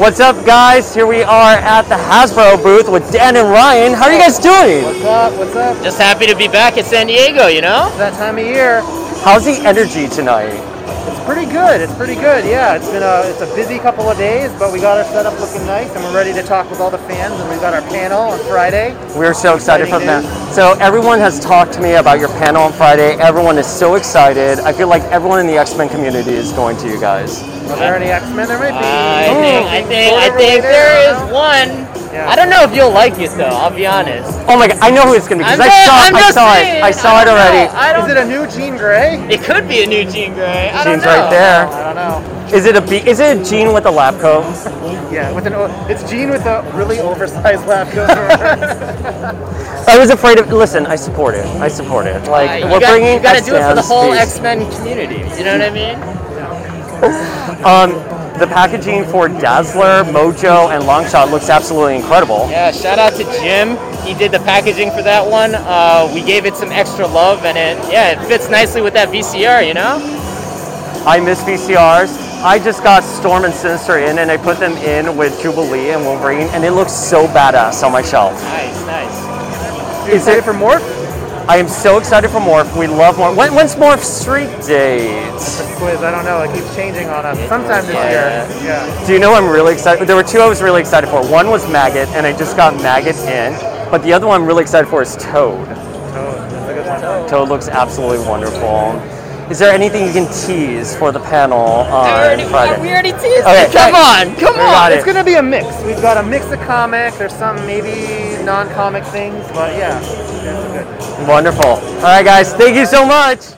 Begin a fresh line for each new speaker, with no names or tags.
What's up, guys? Here we are at the Hasbro booth with Dan and Ryan. How are you guys doing?
What's up? What's up?
Just happy to be back at San Diego, you know?
It's that time of year.
How's the energy tonight?
It's pretty good. It's pretty good. Yeah, it's been a it's a busy couple of days, but we got our setup looking nice, and we're ready to talk with all the fans. And we've got our panel on Friday.
We're so excited for
Exciting
that. So everyone has talked to me about your panel on Friday. Everyone is so excited. I feel like everyone in the X-Men community is going to you guys.
Are there any X Men? There might be.
Uh,
Oh,
I think, I think, I
Related,
think there
I
is
don't know.
one.
Yeah.
I don't know if you'll like it though. I'll be honest.
Oh my god, I know who it's gonna be because I
I'm ju-
saw
I'm
I
just
saw it.
saying,
I saw it
don't know.
already.
I
Is
don't.
it a new Jean Grey?
It could be a new Jean Grey. I don't
Jean's
know.
right there.
I don't know.
Is it a B is it a Jean with a lab coat?
Yeah, with an o- it's Jean with a really oversized lab coat.
I was afraid of listen, I support it. I support it. Like
Like,
we're
you got,
bringing
You gotta do it for
X-Men's
the whole
peace.
X Men community. You know what I mean?
Um, the packaging for Dazzler, Mojo, and Longshot looks absolutely incredible.
Yeah. Shout out to Jim. He did the packaging for that one. Uh, we gave it some extra love, and it yeah, it fits nicely with that VCR. You know?
I miss VCRs. I just got Storm and Sinister in, and I put them in with Jubilee and Wolverine, and it looks so badass on my shelf.
Nice, nice.
you
Is it-
excited for more?
I am so excited for Morph. We love Morph. When, when's Morph Street Date?
Quiz. I don't know. It keeps changing on us. Sometime this
Yeah.
year. Yeah.
Do you know I'm really excited? There were two I was really excited for. One was Maggot, and I just got Maggot in, but the other one I'm really excited for is Toad.
Oh, that's a good one.
Toad looks absolutely wonderful. Is there anything you can tease for the panel on
already-
Friday?
we already teased.
Okay,
it. Come on, come
We
on.
got
It's
it.
gonna be a mix. We've got a mix of comic. There's some maybe non-comic things, but yeah.
Wonderful. All right, guys, thank you so much.